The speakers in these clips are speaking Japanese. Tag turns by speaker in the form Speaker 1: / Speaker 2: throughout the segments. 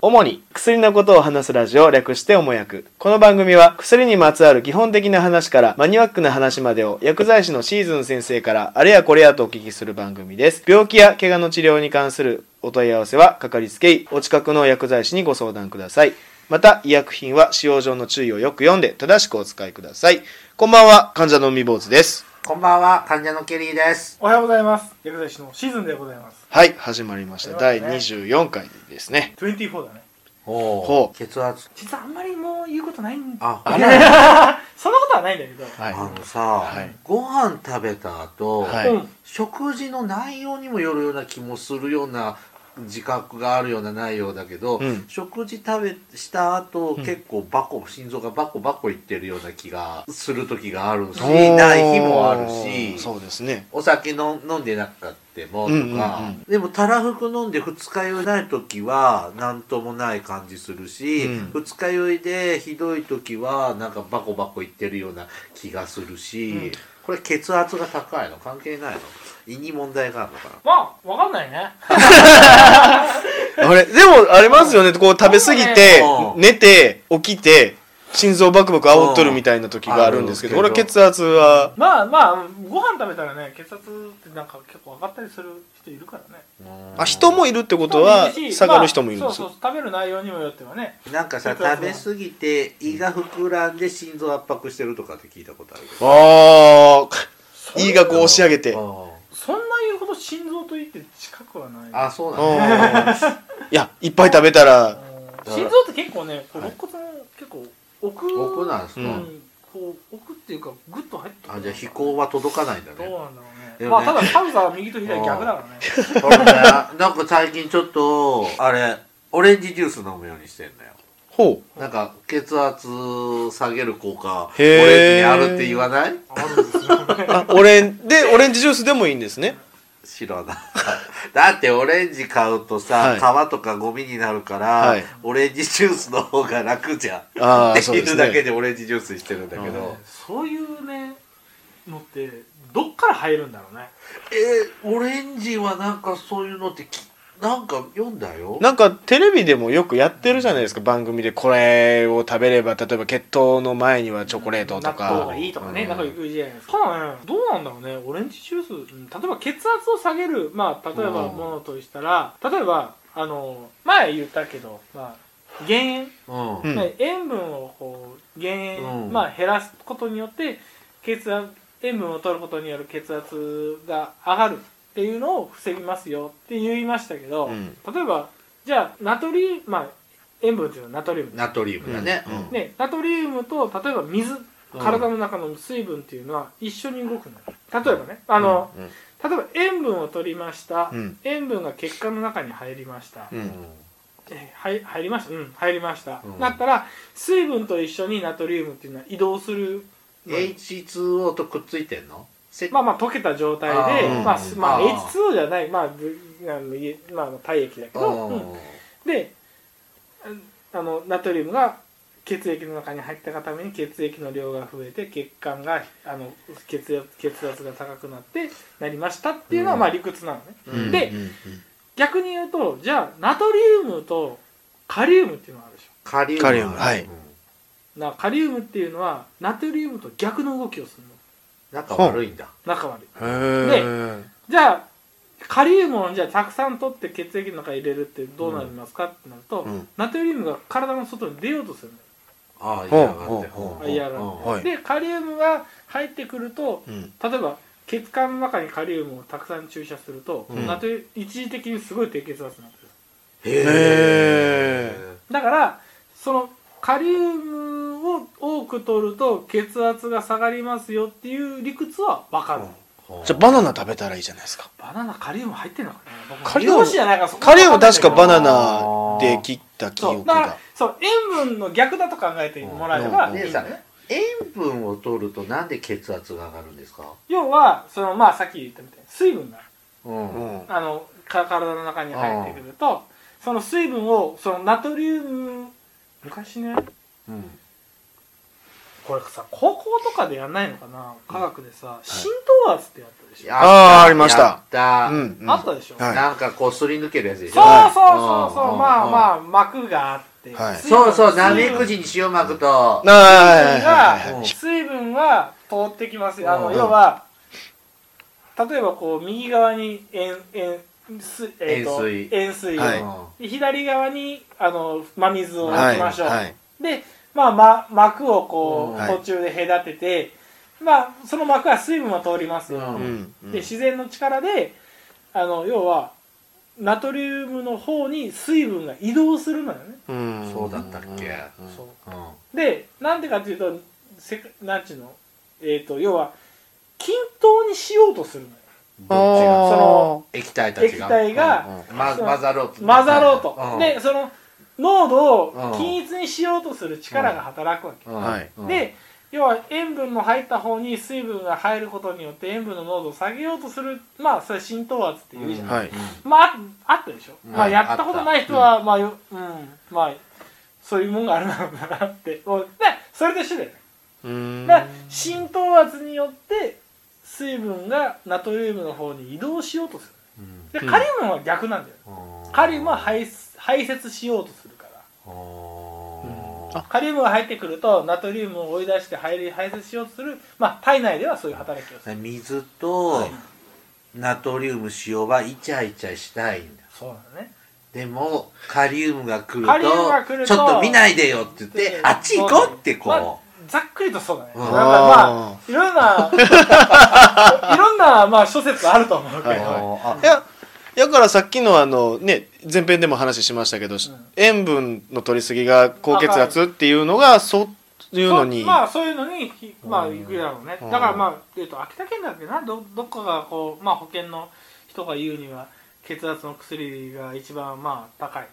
Speaker 1: 主に薬のことを話すラジオを略しておもやく。この番組は薬にまつわる基本的な話からマニアックな話までを薬剤師のシーズン先生からあれやこれやとお聞きする番組です。病気や怪我の治療に関するお問い合わせはかかりつけ医、お近くの薬剤師にご相談ください。また、医薬品は使用上の注意をよく読んで正しくお使いください。こんばんは、患者の海坊主です。
Speaker 2: こんばんは、患者のケリーです。
Speaker 3: おはようございます。薬剤師のシーズンでございます。
Speaker 1: はい、始まりました。
Speaker 3: 始
Speaker 1: 第
Speaker 3: まりま
Speaker 1: 24回ですね。
Speaker 3: 24だね。
Speaker 2: お
Speaker 1: ほう
Speaker 2: 血圧。
Speaker 3: 実はあんまりもう言うことないんだ。
Speaker 2: あ、あれ
Speaker 3: そんなことはないんだけど。
Speaker 1: はい。
Speaker 2: あのさ、
Speaker 1: はい
Speaker 2: ご飯食べた後、
Speaker 1: はい
Speaker 3: うん。
Speaker 2: 食事の内容にもよるような気もするような自覚があるような内容だけど、
Speaker 1: うん
Speaker 2: 食事食べした後、
Speaker 1: ん
Speaker 2: 結構バコ心臓がバコバコいってるような気がする時があるし
Speaker 1: おー
Speaker 2: ない日もあるし
Speaker 1: そうですね
Speaker 2: お酒の飲んでなかってもとか、
Speaker 1: うんうんうん
Speaker 2: でもたらふく飲んで二日酔いない時は何ともない感じするし、
Speaker 1: うん
Speaker 2: 二日酔いでひどい時はなんかバコバコいってるような気がするし、これ血圧が高いの関係ないの胃に問題があるのかな
Speaker 3: まあ、わかんないね。
Speaker 1: あれでもありますよねこう食べ過ぎて
Speaker 2: うん
Speaker 1: 寝て起きて心臓バクバク煽っとるみたいな時があるんですけど
Speaker 2: うん
Speaker 1: 俺は血圧は
Speaker 3: まあまあ、ご飯食べたらね、血圧ってなんか結構上がったりする人いるからね。
Speaker 1: あ人もいるってことは
Speaker 3: 人もいるし
Speaker 1: 下がる人もいるん
Speaker 3: ま
Speaker 1: で
Speaker 3: あ
Speaker 1: す
Speaker 3: そう
Speaker 1: よ
Speaker 3: そう、食べる内容にもよってはね。
Speaker 2: なんかさ
Speaker 3: 血圧は
Speaker 2: 食べ過ぎて胃が膨らんで心臓圧迫してるとかって聞いたことあるけど
Speaker 1: ああ胃がこう押し上げて
Speaker 2: う
Speaker 3: そんな言うほど心臓といって近くはない。
Speaker 2: んあそうなんだ
Speaker 1: いやいっぱい食べた
Speaker 3: う
Speaker 1: ら
Speaker 3: ん心臓って結構ね、こう
Speaker 2: はい
Speaker 3: 肋骨の結構奥。
Speaker 2: 奥なんですか、
Speaker 1: う
Speaker 3: うんこう、奥っていうか、ぐっと入ってくる
Speaker 2: あじゃあ飛行は届かないんだ
Speaker 3: どう
Speaker 2: ね
Speaker 3: なんだろうね。
Speaker 2: でも
Speaker 3: まあ
Speaker 2: ね
Speaker 3: ただカウザーは右と左逆だからね。
Speaker 2: 俺ねなんか最近ちょっとあれオレンジジュース飲むようにしてんだよ
Speaker 1: ほう
Speaker 2: なんか血圧下げる効果オ
Speaker 1: へー
Speaker 2: レンジにあるって言わない
Speaker 3: あるんですよね。
Speaker 1: あオレンでオレンジジュースでもいいんですね
Speaker 2: 知 らないだってオレンジ買うとさ、
Speaker 1: は
Speaker 2: 皮とかゴミになるから、
Speaker 1: はい
Speaker 2: オレンジジュースの方が楽じゃん
Speaker 1: あ
Speaker 2: っ
Speaker 1: あ
Speaker 2: て
Speaker 1: そうで
Speaker 2: い
Speaker 1: す
Speaker 2: うだけ
Speaker 1: ね
Speaker 2: でオレンジジュースにしてるんだけど、
Speaker 3: そういうねのってどっから入るんだろうね。
Speaker 2: えーオレンジはなんかそういうのってきなんか読んだよ
Speaker 1: なんかテレビでもよくやってるじゃないですか番組でこれを食べれば例えば血糖の前にはチョコレートと
Speaker 3: 納
Speaker 1: か
Speaker 3: 豆がいいとか
Speaker 2: う
Speaker 3: ね、
Speaker 2: ん
Speaker 3: なんか行くじゃないですか。ただね、どうなんだろうね。オレンジジュース、うん例えば血圧を下げるまあ例えば
Speaker 2: うん
Speaker 3: ものとしたら、例えばあの前言ったけど、まあ減
Speaker 2: うん、
Speaker 1: うん
Speaker 3: 塩、ね塩分をこう減塩、
Speaker 2: うん
Speaker 3: まあ減らすことによって血圧塩分を取ることによる血圧が上がるっていうのを防ぎますよって言いましたけど。
Speaker 1: うん
Speaker 3: 例えばじゃあナトリウムまあ塩分っていうのはナトリウム
Speaker 2: ナトリウムだね、
Speaker 1: うん
Speaker 2: ね
Speaker 3: ねナトリウムと例えば水
Speaker 2: うん
Speaker 3: 体の中の水分っていうのは一緒に動くの例えばねあの、
Speaker 1: うん
Speaker 3: 例えば塩分を取りました、
Speaker 1: うん
Speaker 3: 塩分が血管の中に入りました、
Speaker 1: うん
Speaker 3: えはい入りましたうん入りました、
Speaker 2: うん
Speaker 3: なったら水分と一緒にナトリウムっていうのは移動する
Speaker 2: H2O とくっついてんのせ
Speaker 3: まあまあ溶けた状態で
Speaker 1: あー
Speaker 3: まあ、
Speaker 2: うん
Speaker 3: まあ、
Speaker 2: あー
Speaker 3: H2O じゃないまあぶあのいまあ体液だけ
Speaker 2: う
Speaker 3: ど、
Speaker 2: ん
Speaker 3: うんでああのナトリウムが血液の中に入ったがために血液の量が増えて血管があの血圧血圧が高くなってなりましたっていうのは、
Speaker 2: うん
Speaker 3: まあ理屈なのね
Speaker 2: うん
Speaker 3: で
Speaker 2: うんうん
Speaker 3: 逆に言うとじゃあナトリウムとカリウムっていうのがあるでし
Speaker 2: カリウム
Speaker 1: カリウムはい
Speaker 2: うん
Speaker 3: ょなカリウムっていうのはナトリウムと逆の動きをするの
Speaker 2: 仲悪いんだ
Speaker 3: 仲悪い
Speaker 1: へー
Speaker 3: じゃあカリウムをじゃあたくさん取って血液の中に入れるってどうなりますかってなると、
Speaker 1: うん
Speaker 3: ナトリウムが体の外に出ようとするの
Speaker 2: ああ
Speaker 1: ほう
Speaker 2: 嫌がって
Speaker 1: ほうほう
Speaker 3: あ嫌がって
Speaker 2: は
Speaker 1: はい
Speaker 3: でカリウムが入ってくると
Speaker 1: うん
Speaker 3: 例えば血管の中にカリウムをたくさん注射すると、
Speaker 2: うん
Speaker 3: ナトリ一時的にすごい低血圧になってる
Speaker 2: へえ
Speaker 3: だからそのカリウムを多く取ると血圧が下がりますよっていう理屈は分かる、
Speaker 1: じゃあバナナ食べたらいいじゃないですか
Speaker 3: バナナカリウム入ってんのかな僕も
Speaker 1: カリウム
Speaker 3: 美容師じゃないからそこ
Speaker 1: カレーを確かバナ
Speaker 3: わ
Speaker 1: ナで切った記
Speaker 3: かんないんだけどそう
Speaker 1: 憶
Speaker 3: だから
Speaker 1: が
Speaker 3: そう塩分の逆だと考えてもらえれば
Speaker 1: うん
Speaker 3: いい
Speaker 2: で
Speaker 3: んだ
Speaker 2: さ
Speaker 3: よね
Speaker 2: 塩分を取るとなんで血圧が上がるんですか
Speaker 3: 要はそのまあさっき言ったみたいに水分が
Speaker 2: うん
Speaker 1: う
Speaker 2: うん
Speaker 1: ん
Speaker 3: あのか体の中に入ってくるとその水分をそのナトリウム昔ねこれさ高校とかでやんないのかな科学でさ、浸ワーツってやったでしょ
Speaker 1: あーありました
Speaker 2: やった
Speaker 1: うんうん
Speaker 3: あったでしょ、
Speaker 1: はい
Speaker 2: なんかこうすり抜けるやつでし
Speaker 3: そ
Speaker 2: ょ
Speaker 3: うそうそうそう、まあま
Speaker 2: あ
Speaker 3: あ幕があって、
Speaker 1: はい
Speaker 2: そうそうなめ
Speaker 3: 水
Speaker 2: く
Speaker 3: 分
Speaker 2: じに塩まくと
Speaker 1: はいはいはい
Speaker 2: うん
Speaker 1: はい
Speaker 3: 水分が通ってきますよあ
Speaker 2: う
Speaker 3: の
Speaker 2: ん
Speaker 3: 要は例えばこう右側に塩塩水、えーと
Speaker 2: 塩水
Speaker 3: 塩水を、
Speaker 1: はい
Speaker 3: で左側にあの真水を置
Speaker 1: は
Speaker 3: き
Speaker 1: い
Speaker 3: ましょう、
Speaker 1: はい
Speaker 3: で、まあま、膜をこう、
Speaker 1: はい
Speaker 3: 途中で隔てて、まあその膜は水分は通りますよ、
Speaker 2: うん
Speaker 1: うんうん
Speaker 3: で自然の力であの要はナトリウムの方に水分が移動するのよね
Speaker 1: うん
Speaker 2: そうだったっけ
Speaker 1: うん
Speaker 3: そう
Speaker 2: うん
Speaker 3: でなんでかっていうとせかなんちゅうのえっ、と要は均等にしようとするのよ
Speaker 2: どっちが
Speaker 3: その
Speaker 2: 液体たち
Speaker 3: 液
Speaker 2: が
Speaker 3: 体が
Speaker 1: うん
Speaker 2: ま
Speaker 3: そう
Speaker 2: 混ざろうと
Speaker 3: 混ざろうと、
Speaker 2: ん
Speaker 3: でその濃度を
Speaker 2: うん
Speaker 3: 均一にしようとする力が働くわけ、
Speaker 2: うん
Speaker 1: はい
Speaker 2: うん
Speaker 3: で要は塩分の入った方に水分が入ることによって塩分の濃度を下げようとするまあそれ浸透圧っていうじゃない、
Speaker 2: うん
Speaker 1: はい
Speaker 3: まあああったでしょ、
Speaker 2: うん
Speaker 3: まあやったことない人はまあようんまあそういうもんがあるだろうなって もうねそれと一緒だよね
Speaker 1: うん
Speaker 3: だから浸透圧によって水分がナトリウムの方に移動しようとす
Speaker 2: うん
Speaker 3: る
Speaker 1: う
Speaker 3: で
Speaker 1: ん
Speaker 3: カリウムは逆なんだよ、カリウムは排出排泄しようとするから
Speaker 2: うん
Speaker 1: あ
Speaker 3: カリウムが入ってくるとナトリウムを追い出して排排泄しようとするまあ体内ではそういう働きをする
Speaker 2: 水とナトリウム塩はイチャイチャしたいんだ
Speaker 3: そうなのね
Speaker 2: でもカリウムが来る
Speaker 3: カリウムが来
Speaker 2: と
Speaker 3: る
Speaker 2: ち
Speaker 3: と
Speaker 2: ょっと見ないでよって言ってあっち行こうって
Speaker 3: ま
Speaker 2: こ
Speaker 3: あざっくりとそうだね、
Speaker 2: うん
Speaker 3: なんかまあいろ んないろんなまあ諸説あると思うけど、
Speaker 1: は
Speaker 2: う
Speaker 1: いは
Speaker 2: あ
Speaker 1: いやだからさっきのあのね前編でも話しましたけど、塩分の取りすぎが高血圧っていうのがそういうのに、
Speaker 3: そまあそういうのにひまあ
Speaker 2: うん
Speaker 3: 行くだろうね
Speaker 1: う
Speaker 3: だ
Speaker 1: ん
Speaker 3: からまあ、えっと秋田県だっけなどどっかがこう、まあ、保険の人が言うには血圧の薬が一番まあ高い、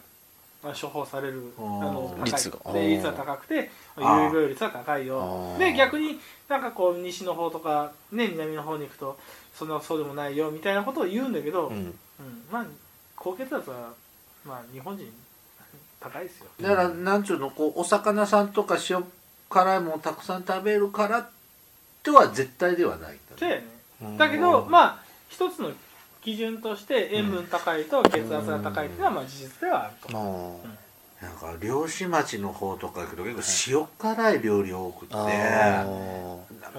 Speaker 3: まあ、処方されるあ
Speaker 2: うん
Speaker 3: の高い
Speaker 1: 率が
Speaker 3: で率が高くて有
Speaker 2: あー
Speaker 3: 病率は高いよ
Speaker 1: あー
Speaker 3: で逆になんかこう西の方とか、ね、南の方に行くとそんなそうでもないよみたいなことを言うんだけど、
Speaker 1: う
Speaker 3: うん
Speaker 1: ん
Speaker 3: まあ高血圧は、まあ、日本人高いですよ
Speaker 2: だからなんちゅうのこうお魚さんとか塩辛いものをたくさん食べるからとは絶対ではないん
Speaker 3: そ
Speaker 2: だ
Speaker 3: う
Speaker 2: ね
Speaker 3: やねだけどまあ一つの基準として塩分高いと血圧が高いっていうのはまあ事実ではあると、
Speaker 1: うん
Speaker 2: なんか漁師町の方とか行くと結構塩辛い料理多くて
Speaker 1: あ
Speaker 2: なんか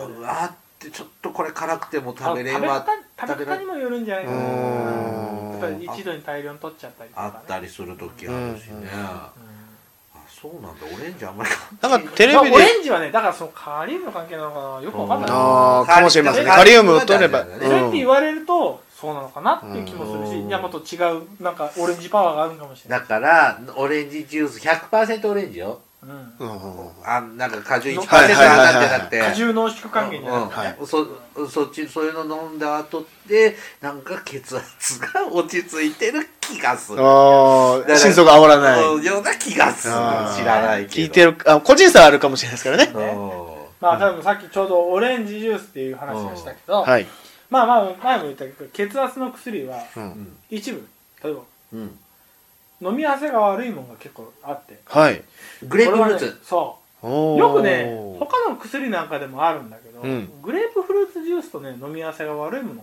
Speaker 1: ー
Speaker 2: うわーってちょっとこれ辛くても食べれん
Speaker 3: あ
Speaker 2: わ
Speaker 3: 食べ方食べ方にもよるんじゃないかな
Speaker 1: う
Speaker 3: や
Speaker 1: ん
Speaker 3: っぱり一度に大量に取っちゃったりとか、ね、
Speaker 2: あったりする時あるしね、
Speaker 1: うんうん
Speaker 2: あそうなんだオレンジあんまり
Speaker 1: なんかテ
Speaker 3: うん
Speaker 1: レ
Speaker 3: まあ、
Speaker 1: ビで
Speaker 3: オレンジはねだからそのカリウムの関係なのかなよくわかんない
Speaker 2: うん
Speaker 1: あーかもしれませんね
Speaker 3: カ
Speaker 1: カ
Speaker 2: リ
Speaker 1: リ
Speaker 2: ウ
Speaker 1: ウ
Speaker 2: ム
Speaker 1: ム
Speaker 2: が大
Speaker 1: 取
Speaker 2: 事
Speaker 1: れ
Speaker 2: だ
Speaker 1: ば、
Speaker 2: よね
Speaker 3: そうやって言
Speaker 1: わ
Speaker 3: われるとそうなのかなっていう気もするし、
Speaker 1: うん
Speaker 3: いやもっと違うなんかオレンジパワーがあるのかもしれな
Speaker 2: だ
Speaker 3: い、
Speaker 2: からオレンジジュース100%オレンジよ
Speaker 3: うん、
Speaker 2: あなんか果汁1%
Speaker 1: はいはいはいはい
Speaker 2: なんてなって
Speaker 3: 果汁濃縮還元じゃなくて、
Speaker 2: うんうんそそっちそういうの飲んだ後ってなんか血圧が落ち着いてる気がする、
Speaker 1: あ
Speaker 2: ら
Speaker 1: あ心臓が煽らない
Speaker 2: うんような気がする
Speaker 1: あー
Speaker 2: 知らないけ
Speaker 1: 聞
Speaker 2: ど
Speaker 1: いてるあ個人差あるかもしれないですからね
Speaker 2: うん
Speaker 3: まあ多分さっきちょうどオレンジジュースっていう話がしたけど、
Speaker 1: はい、
Speaker 3: まあまあ前も言ったけど血圧の薬は
Speaker 1: う、
Speaker 2: うんん
Speaker 3: 一部例えば
Speaker 2: うん
Speaker 3: 飲み合わせが悪いもんが結構あって
Speaker 1: はい
Speaker 2: グレープフルー
Speaker 3: これは
Speaker 2: ツ
Speaker 3: ねそ
Speaker 1: お
Speaker 3: う
Speaker 1: ー
Speaker 3: よくね他の薬なんかでもあるんだけど、
Speaker 1: うん
Speaker 3: グレープフルーツジュースとね飲み合わせが悪いもの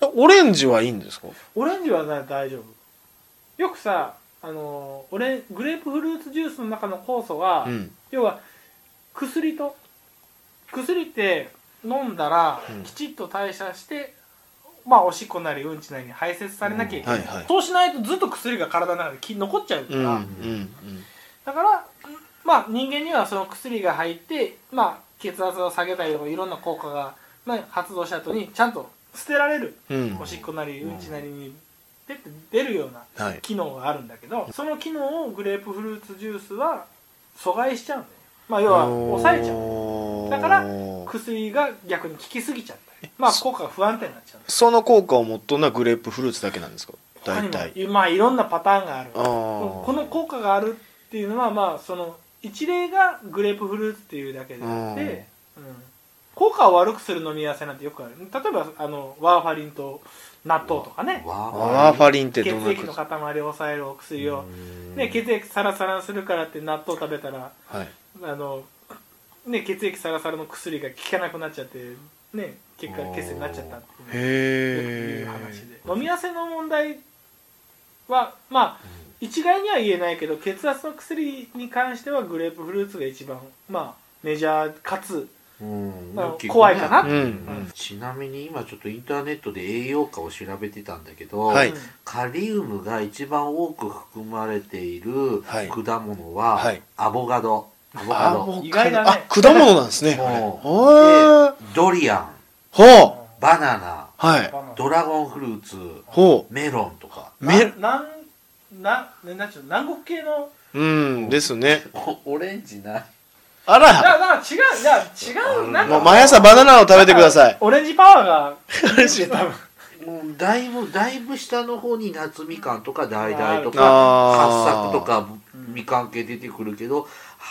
Speaker 3: が
Speaker 1: オレンジはいいんですか
Speaker 3: オレンジはね大丈夫よくさあのーオレングレープフルーツジュースの中の酵素は、
Speaker 1: うん
Speaker 3: 要は薬と薬って飲んだら
Speaker 1: うん
Speaker 3: きちっと代謝して、まあおしっこなりうんちなりに排泄されなきゃいけない、
Speaker 1: うんはいはい
Speaker 3: そうしないとずっと薬が体の中でき残っちゃうか
Speaker 1: う
Speaker 3: ら、
Speaker 1: んうん
Speaker 3: だからんまあ人間にはその薬が入ってまあ血圧を下げたりとかいろんな効果が、まあ、発動した後にちゃんと捨てられる
Speaker 1: うんうん
Speaker 3: おしっこなり
Speaker 2: う
Speaker 3: うんんちなりにペッて出るような
Speaker 1: はい
Speaker 3: 機能があるんだけどその機能をグレープフルーツジュースは阻害しちゃうんだよまあ要は抑えちゃう
Speaker 1: う
Speaker 3: だから薬が逆に効きすぎちゃったりまあ効果が不安定になっちゃう
Speaker 1: その効果を持っとんのはグレープフルーツだけなんですか
Speaker 3: 他に
Speaker 1: 大
Speaker 3: も
Speaker 1: 体
Speaker 3: いまあいろんなパターンがある
Speaker 1: あー
Speaker 3: この効果があるっていうのはまあその一例がグレープフルーツっていうだけであって、うん効果を悪くする飲み合わせなんてよくある例えばあのワーファリンと納豆とかね
Speaker 2: わ
Speaker 1: ワーファリンって
Speaker 3: 血
Speaker 1: どんなやつ
Speaker 3: 液の塊を抑えるお薬を、
Speaker 2: うん
Speaker 3: ね、血液サラサラにするからって納豆食べたら
Speaker 1: はい
Speaker 3: あの、ね、血液サラサラの薬が効かなくなっちゃってね結果血栓になっちゃったってい
Speaker 1: へ
Speaker 3: ういう話
Speaker 1: え
Speaker 3: で飲み合わせの問題はまあ一概には言えないけど血圧の薬に関してはグレープフルーツが一番まあメジャーかつ
Speaker 2: うん
Speaker 3: まあ
Speaker 2: よく聞くね
Speaker 3: 怖いかな
Speaker 1: うん
Speaker 2: うんちなみに今ちょっとインターネットで栄養価を調べてたんだけど、
Speaker 1: はい
Speaker 3: うん
Speaker 2: カリウムが一番多く含まれている
Speaker 1: はい
Speaker 2: 果物は、
Speaker 1: はい
Speaker 2: アボカドアボカ
Speaker 1: あ
Speaker 2: ド
Speaker 1: もう
Speaker 3: 意外だね
Speaker 1: あ果物なんですね
Speaker 2: もう
Speaker 1: ほー
Speaker 2: でドリアン
Speaker 1: ほう
Speaker 2: バナナ
Speaker 1: はい
Speaker 2: ドラゴンフルーツ
Speaker 1: ほ
Speaker 2: メロンと か
Speaker 1: うめ
Speaker 3: ななんなななんちゅうの南国系の
Speaker 1: うんですね
Speaker 2: オレンジない
Speaker 1: あ
Speaker 3: だ
Speaker 1: ら
Speaker 3: からだから違ういや違うなん
Speaker 1: もう
Speaker 3: か
Speaker 1: 毎朝バナナを食べてください
Speaker 3: オレンジパワーが多分
Speaker 2: もうだいぶだいぶ下の方に夏みかんとかダイダイと
Speaker 1: あ
Speaker 2: か
Speaker 1: ー
Speaker 2: 八作とかみかん系出てくるけど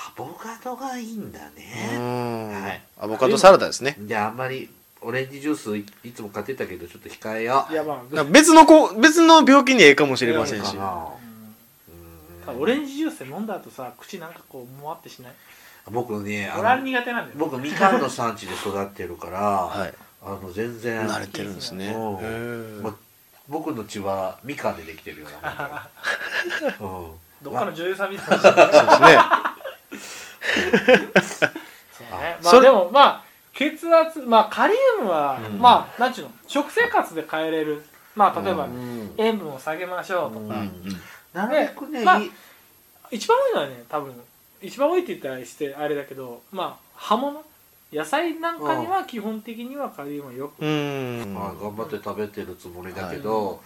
Speaker 2: アボカドがいいんだ
Speaker 1: う
Speaker 2: ね、
Speaker 1: ん
Speaker 2: はい
Speaker 1: アボカドサラダですね
Speaker 2: であんまりオレンジジュースいいつも買ってたけどちょっと控えよう
Speaker 3: いやま
Speaker 1: なんか別の子別の病気にええかもしれません
Speaker 2: か
Speaker 1: し
Speaker 2: な
Speaker 3: あオレンジジュース飲んだ後さ口なんかこうもわってしない
Speaker 2: 僕ねあ
Speaker 3: 俺は
Speaker 2: の
Speaker 3: 苦手なんだよ
Speaker 2: 僕みかんの産地で育ってるから、
Speaker 1: はい
Speaker 2: あの全然
Speaker 1: 慣れてるんですねへ
Speaker 2: うん
Speaker 1: ー
Speaker 2: ま僕の血はみかんでできてるようなもんだよ、 うん
Speaker 3: どっかの女優さんみたいなそうね
Speaker 1: そうですね
Speaker 3: ま
Speaker 1: そ
Speaker 3: あ
Speaker 1: れ
Speaker 3: でもまあ血圧まあカリウムは、
Speaker 1: うん
Speaker 3: まあなんちゅうの食生活で変えれるまあ例えば、
Speaker 2: うん
Speaker 3: 塩分を下げましょうとか、
Speaker 1: うんうん
Speaker 2: なるべくね、
Speaker 3: でまあ
Speaker 2: いい
Speaker 3: 一番多いのはね多分一番多いって言ったらしてあれだけどまあ葉物野菜なんかには基本的にはカリウムはよく
Speaker 1: うん
Speaker 2: まあ、頑張って食べてるつもりだけど、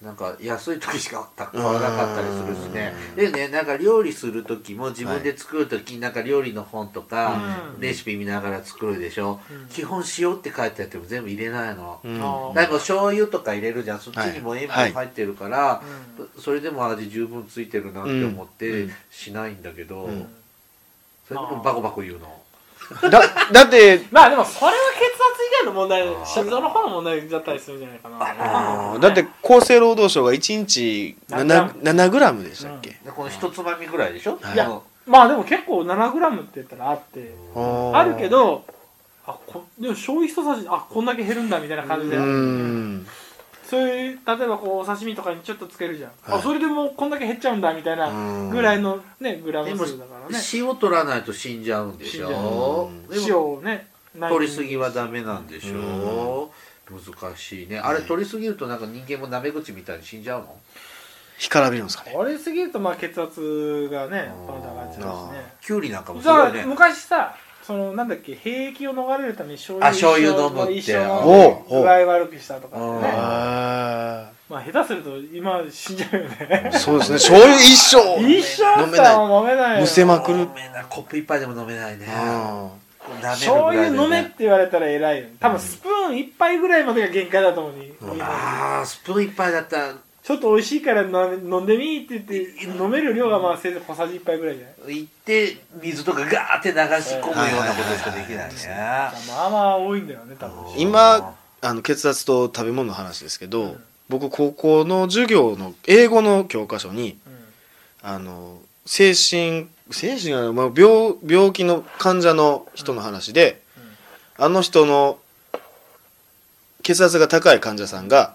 Speaker 2: なんか安い時しか買わなかったりするしねでねなんか料理する時も自分で作る時、なんか料理の本とか、
Speaker 3: うん
Speaker 2: レシピ見ながら作るでしょ、
Speaker 3: うん
Speaker 2: 基本塩って書いてあっても全部入れないの、
Speaker 1: うん
Speaker 3: あー
Speaker 2: だいぶ醤油とか入れるじゃんそっちにも塩分入ってるから、
Speaker 3: うん
Speaker 2: それでも味十分ついてるなって思っ
Speaker 1: う
Speaker 2: て
Speaker 1: ん
Speaker 2: しないんだけど、
Speaker 1: うん
Speaker 2: それでもバコバコ言うの
Speaker 1: だだって
Speaker 3: まあでもそれは血圧以外の問題心臓の方の問題だったりするんじゃないかな
Speaker 2: あ
Speaker 1: だって厚生労働省が1日 7, 7グラムでしたっけ、
Speaker 2: でこの一つまみぐらいでしょ、
Speaker 1: はい
Speaker 3: いや
Speaker 2: も
Speaker 3: まあでも結構 7g って言ったらあって
Speaker 2: う
Speaker 1: ー
Speaker 3: あるけどあこでも醤油一さじあこんだけ減るんだみたいな感じ
Speaker 1: う
Speaker 3: で、
Speaker 1: ん
Speaker 3: そういう例えばこうお刺身とかにちょっとつけるじゃん、
Speaker 1: はい
Speaker 3: あそれでもうこんだけ減っちゃうんだみたいなぐらいのねグラム
Speaker 2: でも
Speaker 3: 数だからね
Speaker 2: 塩取らないと死んじゃうんでしょ
Speaker 1: 死
Speaker 2: で
Speaker 3: 塩
Speaker 2: も
Speaker 3: をねない
Speaker 2: 取りすぎはダメなんでしょ難しいねあれ取りすぎるとなんか人間もなめ口みたいに死んじゃうの
Speaker 1: 干からびるんですかね
Speaker 3: 取りすぎるとまあ血圧がね
Speaker 2: うん
Speaker 3: バンと上がっちゃうしね
Speaker 2: きゅうりなんかもす
Speaker 3: だ
Speaker 2: ご
Speaker 3: か
Speaker 2: い
Speaker 3: ら
Speaker 2: ね
Speaker 3: 昔さそのなんだっけ兵役を逃れるために醤
Speaker 2: あ醤油飲むって
Speaker 3: 一生
Speaker 1: おうおう
Speaker 3: 具合悪くしたとかって
Speaker 2: うん
Speaker 3: ね
Speaker 1: あ
Speaker 3: まあ下手すると今死んじゃうよ ね
Speaker 1: ーそうですね醤油一生
Speaker 3: 一生
Speaker 1: 飲めない
Speaker 3: さ飲めないよ
Speaker 1: むせまくる
Speaker 2: 飲めないコップ一杯でも飲めないね
Speaker 1: あ
Speaker 3: 醤油飲め
Speaker 2: ね
Speaker 3: って言われたら偉いよね多分スプーン一杯ぐらいまでが限界だと思うに、
Speaker 1: うん
Speaker 3: 日本
Speaker 2: あースプーン一杯だったら
Speaker 3: ちょっと美味しいからな飲んでみーって言って飲める量がまあせいぜい小さじ一杯ぐらいじゃない
Speaker 2: 行って水とかガーって流し込むようなことしかできないね
Speaker 3: まあまあ多いんだよね多分
Speaker 1: ー今あの血圧と食べ物の話ですけど、僕高校の授業の英語の教科書に
Speaker 3: う
Speaker 1: あの精神精神が、まあ、病病気の患者の人の話で、あの人の血圧が高い患者さんが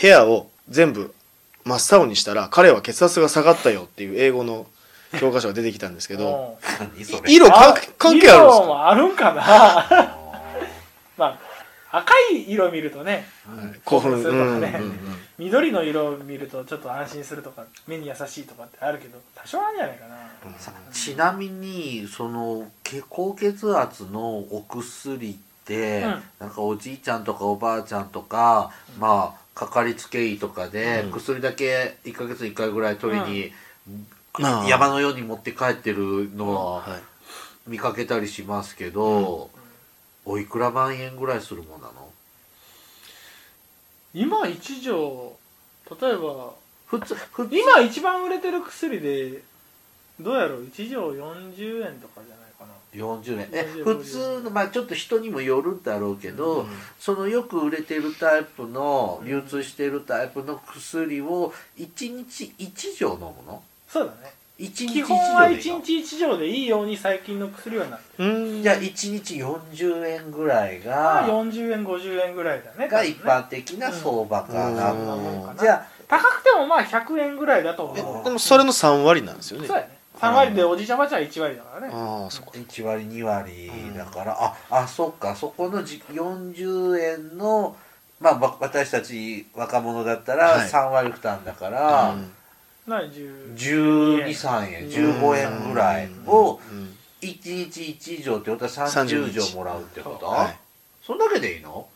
Speaker 1: 部屋を全部真っ青にしたら彼は血圧が下がったよっていう英語の教科書が出てきたんですけ
Speaker 3: ん
Speaker 1: ど
Speaker 3: うん
Speaker 2: 何それ
Speaker 1: 色関関係あるんです
Speaker 3: 色
Speaker 1: か
Speaker 3: もあるんかな まあ赤い色見るとね
Speaker 1: はい興奮
Speaker 3: そうういうこと
Speaker 1: ん
Speaker 3: ね緑の色を見るとちょっと安心するとか目に優しいとかってあるけど多少あるんじゃないかな
Speaker 2: さちなみにそのけ高血圧のお薬って、
Speaker 3: うん
Speaker 2: なんかおじいちゃんとかおばあちゃんとか、まあかかりつけ医とかで、
Speaker 1: うん
Speaker 2: 薬だけ1ヶ月1回ぐらい取りに、
Speaker 1: まあ
Speaker 2: 山のように持って帰ってるのは
Speaker 1: はい
Speaker 2: 見かけたりしますけど、おいくら万円ぐらいするもんなの
Speaker 3: 今一錠例えば
Speaker 2: 普通普通
Speaker 3: 今一番売れてる薬でどうやろう1錠40円とかじゃないかな
Speaker 2: 40円え
Speaker 3: 40
Speaker 2: 普通のまあちょっと人にもよるんだろうけど、そのよく売れてるタイプの流通してるタイプの薬を1日1錠飲むの
Speaker 3: そうだね
Speaker 2: 一日
Speaker 3: 基
Speaker 2: 一
Speaker 3: 本は
Speaker 2: 錠でいい
Speaker 3: 1
Speaker 2: の
Speaker 3: 日1錠でいいように最近の薬はなってる
Speaker 1: うん
Speaker 2: じゃあ1日40円ぐらい
Speaker 3: まあ
Speaker 2: が
Speaker 3: 40円50円ぐらいだね
Speaker 2: が
Speaker 3: 多分ね
Speaker 2: 一般的な相場かな、
Speaker 1: うん
Speaker 3: うん
Speaker 2: じゃ
Speaker 3: 高くてもまあ100円ぐらいだと思う
Speaker 1: え
Speaker 2: うん
Speaker 1: でもそれの3割なんですよね
Speaker 3: そうやね3割でおじいちゃんばあちゃんは1割だからね
Speaker 1: ああそっ
Speaker 2: あ
Speaker 1: か
Speaker 2: 1割2割だから、ああそっかそこのじ40円のまあば私たち若者だったら
Speaker 1: はい
Speaker 2: 3割負担だから、
Speaker 1: うん
Speaker 3: な10
Speaker 2: 12、3円、15円ぐらいを
Speaker 1: うん
Speaker 2: 1日1錠ってことは30錠もらうってこと、
Speaker 1: はい
Speaker 2: そんだけでいいの、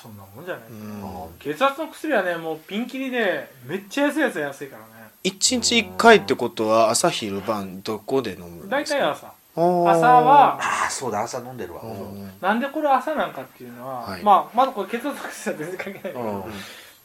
Speaker 3: そんなもんじゃない、
Speaker 1: うん
Speaker 3: 血圧の薬はねもうピンキリでめっちゃ安いやつは安いからね
Speaker 1: 一日一回ってことは朝昼晩どこで飲むん
Speaker 3: 大
Speaker 1: です
Speaker 3: 体
Speaker 1: か
Speaker 3: 朝
Speaker 1: あー
Speaker 3: 朝は
Speaker 2: ああそうだ朝飲んでるわ、
Speaker 1: うん
Speaker 2: うん
Speaker 3: なんでこれ朝なんかっていうのは、
Speaker 1: はい
Speaker 3: まあまだこれ血圧の薬は全然関係ないけど、
Speaker 2: うん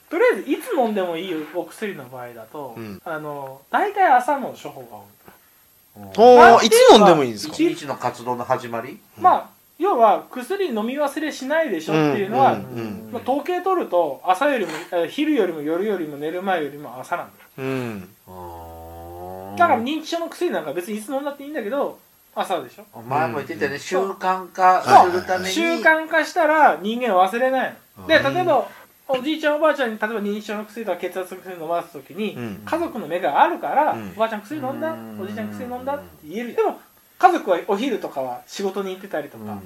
Speaker 3: とりあえずいつ飲んでもいいお薬の場合だと、
Speaker 1: うん
Speaker 3: あの大体朝の処方が多い、
Speaker 1: お
Speaker 3: なん
Speaker 1: ー
Speaker 3: て
Speaker 1: い
Speaker 3: い
Speaker 1: つ
Speaker 3: うか
Speaker 1: 飲んでもいいんですか
Speaker 2: 一日の活動の始まり
Speaker 1: うん
Speaker 3: まあ要は薬飲み忘れしないでしょっていうのは、
Speaker 1: うんうん
Speaker 3: まあ、統計取ると朝よりもえ昼よりも夜よりも寝る前よりも朝なんだ
Speaker 1: う
Speaker 3: よ
Speaker 1: ん
Speaker 2: うん
Speaker 3: だから認知症の薬なんか別にいつ飲んだっていいんだけど朝でしょ
Speaker 2: 前も言ってたよね、
Speaker 1: うん
Speaker 2: 習慣化
Speaker 1: そう
Speaker 2: するために
Speaker 3: 習慣化したら人間忘れないので
Speaker 1: うん
Speaker 3: 例えばおじいちゃんおばあちゃんに例えば認知症の薬とか血圧の薬飲ます時に、
Speaker 1: うん
Speaker 3: 家族の目があるから、
Speaker 1: うん
Speaker 3: おばあちゃん薬飲んだ、
Speaker 2: うん
Speaker 3: おじいちゃん薬飲んだって言えるじゃんでも家族はお昼とかは仕事に行ってたりと
Speaker 2: う
Speaker 3: か、
Speaker 2: ん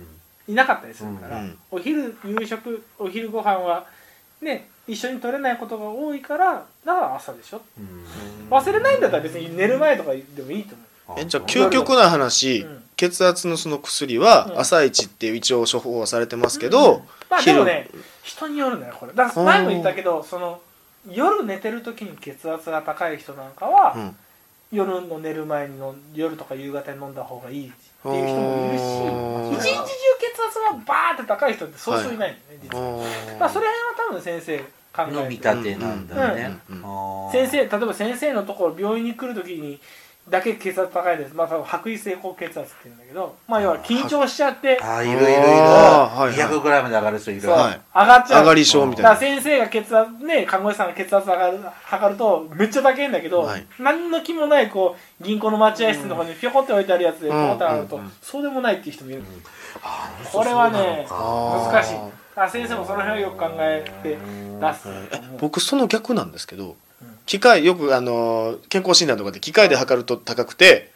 Speaker 3: いなかったりするか
Speaker 1: う
Speaker 3: ら、
Speaker 1: ん
Speaker 3: お昼夕食お昼ご飯はね一緒に取れないことが多いからだから朝でしょ
Speaker 2: うん
Speaker 3: 忘れないんだったら別に寝る前とかでもいいと思う
Speaker 1: えじゃあ究極な話、
Speaker 3: うん
Speaker 1: 血圧のその薬
Speaker 3: う
Speaker 1: は
Speaker 3: ん
Speaker 1: 朝一って一応処方はされてますけ
Speaker 3: うん
Speaker 1: ど、
Speaker 3: まあでもね人によるのよこれだから前も言ったけどその夜寝てる時に血圧が高い人なんかは、
Speaker 1: うん
Speaker 3: 夜の寝る前に飲ん夜とか夕方に飲んだ方がいいっていう人もいるし
Speaker 1: うん
Speaker 3: 一日中血圧がバーって高い人ってそうそういないんだよね、実は、まあ、それ辺は多分先生考
Speaker 2: の
Speaker 3: え
Speaker 2: 見
Speaker 3: てる
Speaker 2: 立てなんだね、
Speaker 1: うんうんうん
Speaker 2: あー
Speaker 3: 先生例えば先生のところ病院に来る時にだけ血圧高いですまあ多分白衣性高血圧って言うんだけどまあ要は緊張しちゃって
Speaker 2: あーいるいるいる
Speaker 1: あーはいはい
Speaker 2: 200グラムで上がる人いる
Speaker 3: そう、
Speaker 1: はい
Speaker 3: 上がっちゃう
Speaker 1: 上がり症みた
Speaker 3: だ
Speaker 1: い
Speaker 3: から
Speaker 1: な
Speaker 3: 先生が血圧ね看護師さんが血圧上がる測るとめっちゃ高いんだけど、
Speaker 1: はい
Speaker 3: 何の気もないこう銀行の待合室の方にピョコって置いてあるやつで
Speaker 1: うん
Speaker 3: ポコって上がると、
Speaker 1: うんうん
Speaker 3: そうでもないっていう人もいる、
Speaker 2: あー
Speaker 3: これはね
Speaker 2: そうなのか
Speaker 3: 難しいあ先生もその辺をよく考えて出す、
Speaker 1: 僕その逆なんですけど
Speaker 3: うん
Speaker 1: 機械よくあのー健康診断とかで機械で測ると高くて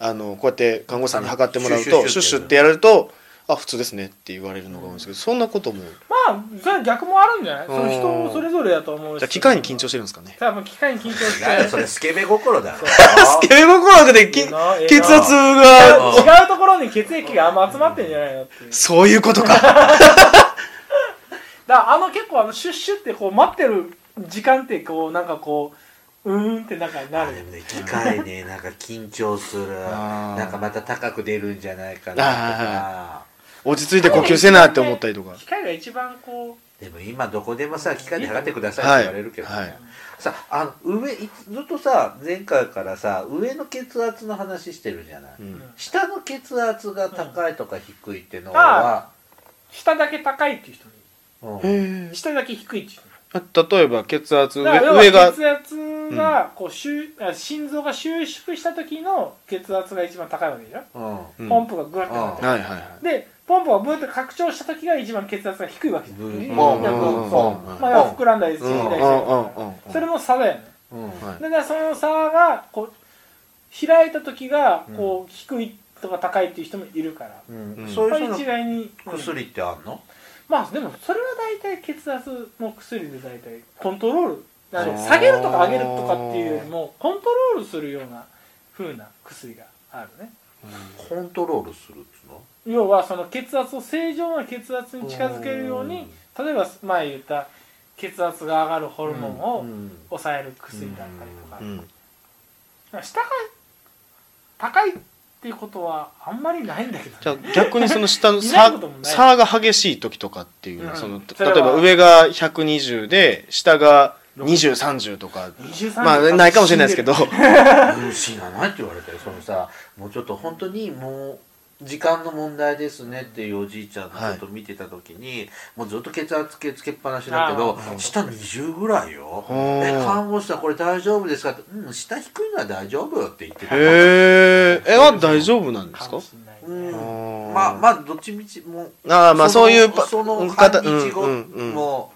Speaker 1: あのこうやって看護師さんに測ってもらうとシ
Speaker 2: シ
Speaker 1: ュ
Speaker 2: ュ
Speaker 1: ッ
Speaker 2: ッ
Speaker 1: シ
Speaker 2: シ
Speaker 1: ュッ
Speaker 2: ュッ
Speaker 1: て
Speaker 2: て
Speaker 1: やられるとあ普通ですねって言われるのが多いんですけどそんなことも
Speaker 3: まあそれは逆もあるんじゃないその人それぞれだと思うし
Speaker 1: じゃあ機械に緊張してるんですかね
Speaker 3: 多分機械に緊張して
Speaker 2: なんだそれスケベ心だろ
Speaker 1: スケベ心だけでき
Speaker 3: いいなええな
Speaker 1: 血圧
Speaker 3: 違
Speaker 1: が
Speaker 2: うん
Speaker 3: うところに血液があんま集まってんじゃないのっていう
Speaker 1: そういうことか
Speaker 3: だからあの結構あのシュッシュってこう待ってる時間ってこうなんかこううーんってなんかなる
Speaker 2: でもね機械ねなんか緊張する
Speaker 1: あー
Speaker 2: なんかまた高く出るんじゃないかなとか
Speaker 1: 落ち着いて呼吸せなって思ったりとか
Speaker 3: 機械が一番こ
Speaker 2: でも今どこでもさ機械で測ってくださいって言われるけどね、
Speaker 1: はいはい
Speaker 2: さあの上いつずっとさ前回からさ上の血圧の話してるじゃない、
Speaker 1: う
Speaker 3: う、
Speaker 1: ん
Speaker 2: 下の血圧が高いとか低いってのは、
Speaker 3: 下だけ高いっていう人もい
Speaker 2: うん
Speaker 1: へ
Speaker 3: る下だけ低いっていう人もい
Speaker 1: ー例えば血圧
Speaker 3: る
Speaker 1: 上
Speaker 3: だから
Speaker 1: 上
Speaker 3: 要は
Speaker 1: が
Speaker 3: 血圧がこう、しゅあ心臓が収縮した時の血圧が一番高いわけじゃん、
Speaker 2: うん
Speaker 1: うん
Speaker 3: ポン
Speaker 1: は
Speaker 3: プがグワッてなって
Speaker 1: いはいはい
Speaker 3: るでポンプがブーッて拡張した時が一番血圧が低いわけじゃん、
Speaker 2: ブー
Speaker 3: うん
Speaker 2: ポン
Speaker 3: だから
Speaker 2: うん
Speaker 3: そう
Speaker 1: うん
Speaker 3: まあ要は膨らんだり縮
Speaker 1: うんうん
Speaker 3: んだりする
Speaker 1: うん
Speaker 3: か
Speaker 1: うん
Speaker 3: らそれも差だよね
Speaker 2: うん
Speaker 1: はい
Speaker 3: だからその差がこう開いた時がこう低いとか高いっていう人もいるから、
Speaker 2: うん
Speaker 1: うん
Speaker 2: そう
Speaker 3: こ
Speaker 2: い
Speaker 3: れ
Speaker 2: う
Speaker 3: 一
Speaker 2: 人
Speaker 3: 概に
Speaker 2: の薬ってあんの、
Speaker 3: まあでもそれは大体血圧の薬で大体コントロールあの
Speaker 1: あー
Speaker 3: 下げるとか上げるとかっていうよりもコントロールするような風な薬があるね
Speaker 2: コントロールするっつうの
Speaker 3: 要はその血圧を正常な血圧に近づけるように例えば前言った血圧が上がるホルモンを
Speaker 2: うん
Speaker 3: 抑える薬だったりとか、
Speaker 1: うん
Speaker 3: 下が高いっていうことはあんまりないんだけど、ね、
Speaker 1: じゃあ逆にその下の
Speaker 3: いない
Speaker 1: 差
Speaker 3: こともない
Speaker 1: 差が激しい時とかっていうのは、
Speaker 3: うん
Speaker 1: その
Speaker 3: そ
Speaker 1: 例
Speaker 3: れ
Speaker 1: え
Speaker 3: は
Speaker 1: ば上が120で下が2030とか
Speaker 3: 23
Speaker 1: まあないかもしれないですけど
Speaker 2: うん死なないって言われたよそのさもうちょっと本当にもう時間の問題ですねっていうおじいちゃんのこと見てた時に、もうずっと血圧計つけっぱなしだけど
Speaker 1: あー
Speaker 2: 下20ぐらいよ
Speaker 1: うん
Speaker 2: え看護師さんこれ大丈夫ですかって「うん下低いのは大丈夫」って言って た
Speaker 1: へええは大丈夫なんです
Speaker 3: か
Speaker 1: か
Speaker 3: もしれないね
Speaker 2: うん
Speaker 1: ー
Speaker 2: まあまあどっちみちも
Speaker 1: ああまあそういうパ
Speaker 2: その
Speaker 1: うん
Speaker 2: 半
Speaker 1: 方うん
Speaker 2: 日後
Speaker 1: うんうん
Speaker 2: も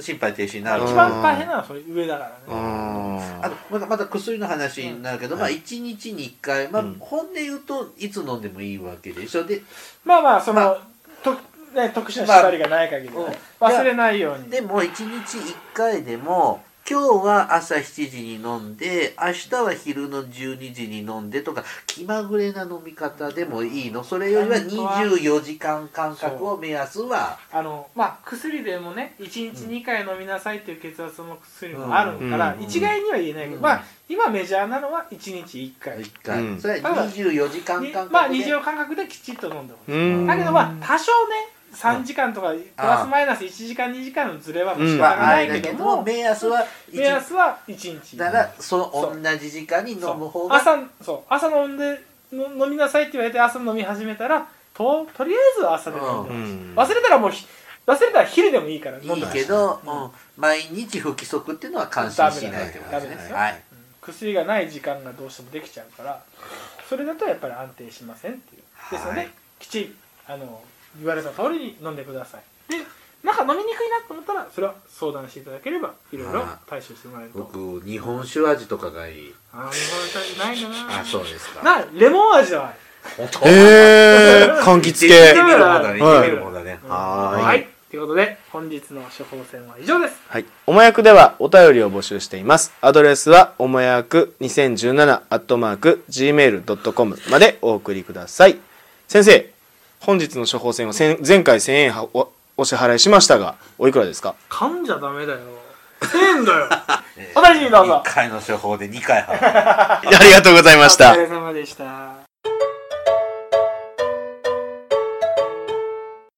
Speaker 2: 心肺停止になる
Speaker 1: うん
Speaker 3: 一番大変なのはそれ上だからね、
Speaker 1: うん
Speaker 2: あとまたまた薬の話になるけど、
Speaker 1: うん
Speaker 2: まあ1日に1回、まあ
Speaker 1: うん、
Speaker 2: 本音言うといつ飲んでもいいわけでしょで
Speaker 3: まあまあその、
Speaker 2: まあ
Speaker 3: とね、特殊な縛りがない限り、ね
Speaker 2: まあうん
Speaker 3: 忘れないように
Speaker 2: でも1日1回でも今日は朝7時に飲んで明日は昼の12時に飲んでとか気まぐれな飲み方でもいいのそれよりは24時間間隔を目安は
Speaker 3: あのまあ薬でもね1日2回飲みなさいっていう血圧の薬もあるから、
Speaker 2: うん
Speaker 3: 一概には言えないけど、
Speaker 2: うん
Speaker 3: まあ今メジャーなのは1日1回、
Speaker 2: 1回、
Speaker 1: うん
Speaker 2: それは24時間
Speaker 3: に
Speaker 2: 間
Speaker 3: まあ
Speaker 2: 隔
Speaker 3: 日
Speaker 2: で
Speaker 3: 常間隔できちっと飲んでほしい、
Speaker 1: うん
Speaker 3: だけどまあ多少ね3時間とかプラスマイナス1時間2時間のズレはもう仕
Speaker 2: まあ
Speaker 3: 方
Speaker 2: あ
Speaker 3: ない
Speaker 2: れだ
Speaker 3: け
Speaker 2: け
Speaker 3: ど
Speaker 2: ど
Speaker 3: も、
Speaker 2: 目安は1
Speaker 3: 目安は1日
Speaker 2: だからその同じ時間に飲
Speaker 3: そう
Speaker 2: む方が
Speaker 3: 朝そう朝飲んでの飲みなさいって言われて朝飲み始めたらととりあえず朝で飲んで
Speaker 1: う
Speaker 3: ほしい、
Speaker 1: ん
Speaker 3: 忘れたらもうひ忘れたら昼でもいいから飲ん
Speaker 2: いい
Speaker 3: でほしい
Speaker 2: けど、うん毎日不規則っていうのは感心しないってことです
Speaker 3: ダメです
Speaker 2: ね。
Speaker 3: よ
Speaker 2: はい、
Speaker 3: 薬がない時間がどうしてもできちゃうからそれだとやっぱり安定しませんっていうですので、
Speaker 2: はい
Speaker 3: きちんあの言われた通りに飲んでくださいでなんか飲みにくいなと思ったらそれは相談していただければいろいろ対処してもらえると
Speaker 2: 僕日本酒味とかがいい。
Speaker 3: ああ日本酒ないんだな
Speaker 2: あ、そうですか。
Speaker 3: なレモン味はある
Speaker 2: 本当
Speaker 1: えー、柑橘
Speaker 2: 行っ
Speaker 1: 系
Speaker 2: てみるもんだ
Speaker 1: は
Speaker 2: ね。
Speaker 1: い
Speaker 2: 行ってみるもんだね。はーい。
Speaker 3: はいということで本日の処方箋は以上です
Speaker 1: はい。おもやくではお便りを募集しています。アドレスは、おもやく2017アットマーク gmail.com までお送りください。先生、本日の処方箋を先前回1000円はおお支払いしましたが、おいくらですか
Speaker 3: 噛んじゃダメだよせんだ よお大事にどうぞ
Speaker 2: 一回の処方で二回払う。
Speaker 1: ありがとうござい
Speaker 3: お
Speaker 1: まし
Speaker 3: 疲
Speaker 1: た。
Speaker 3: れ様でした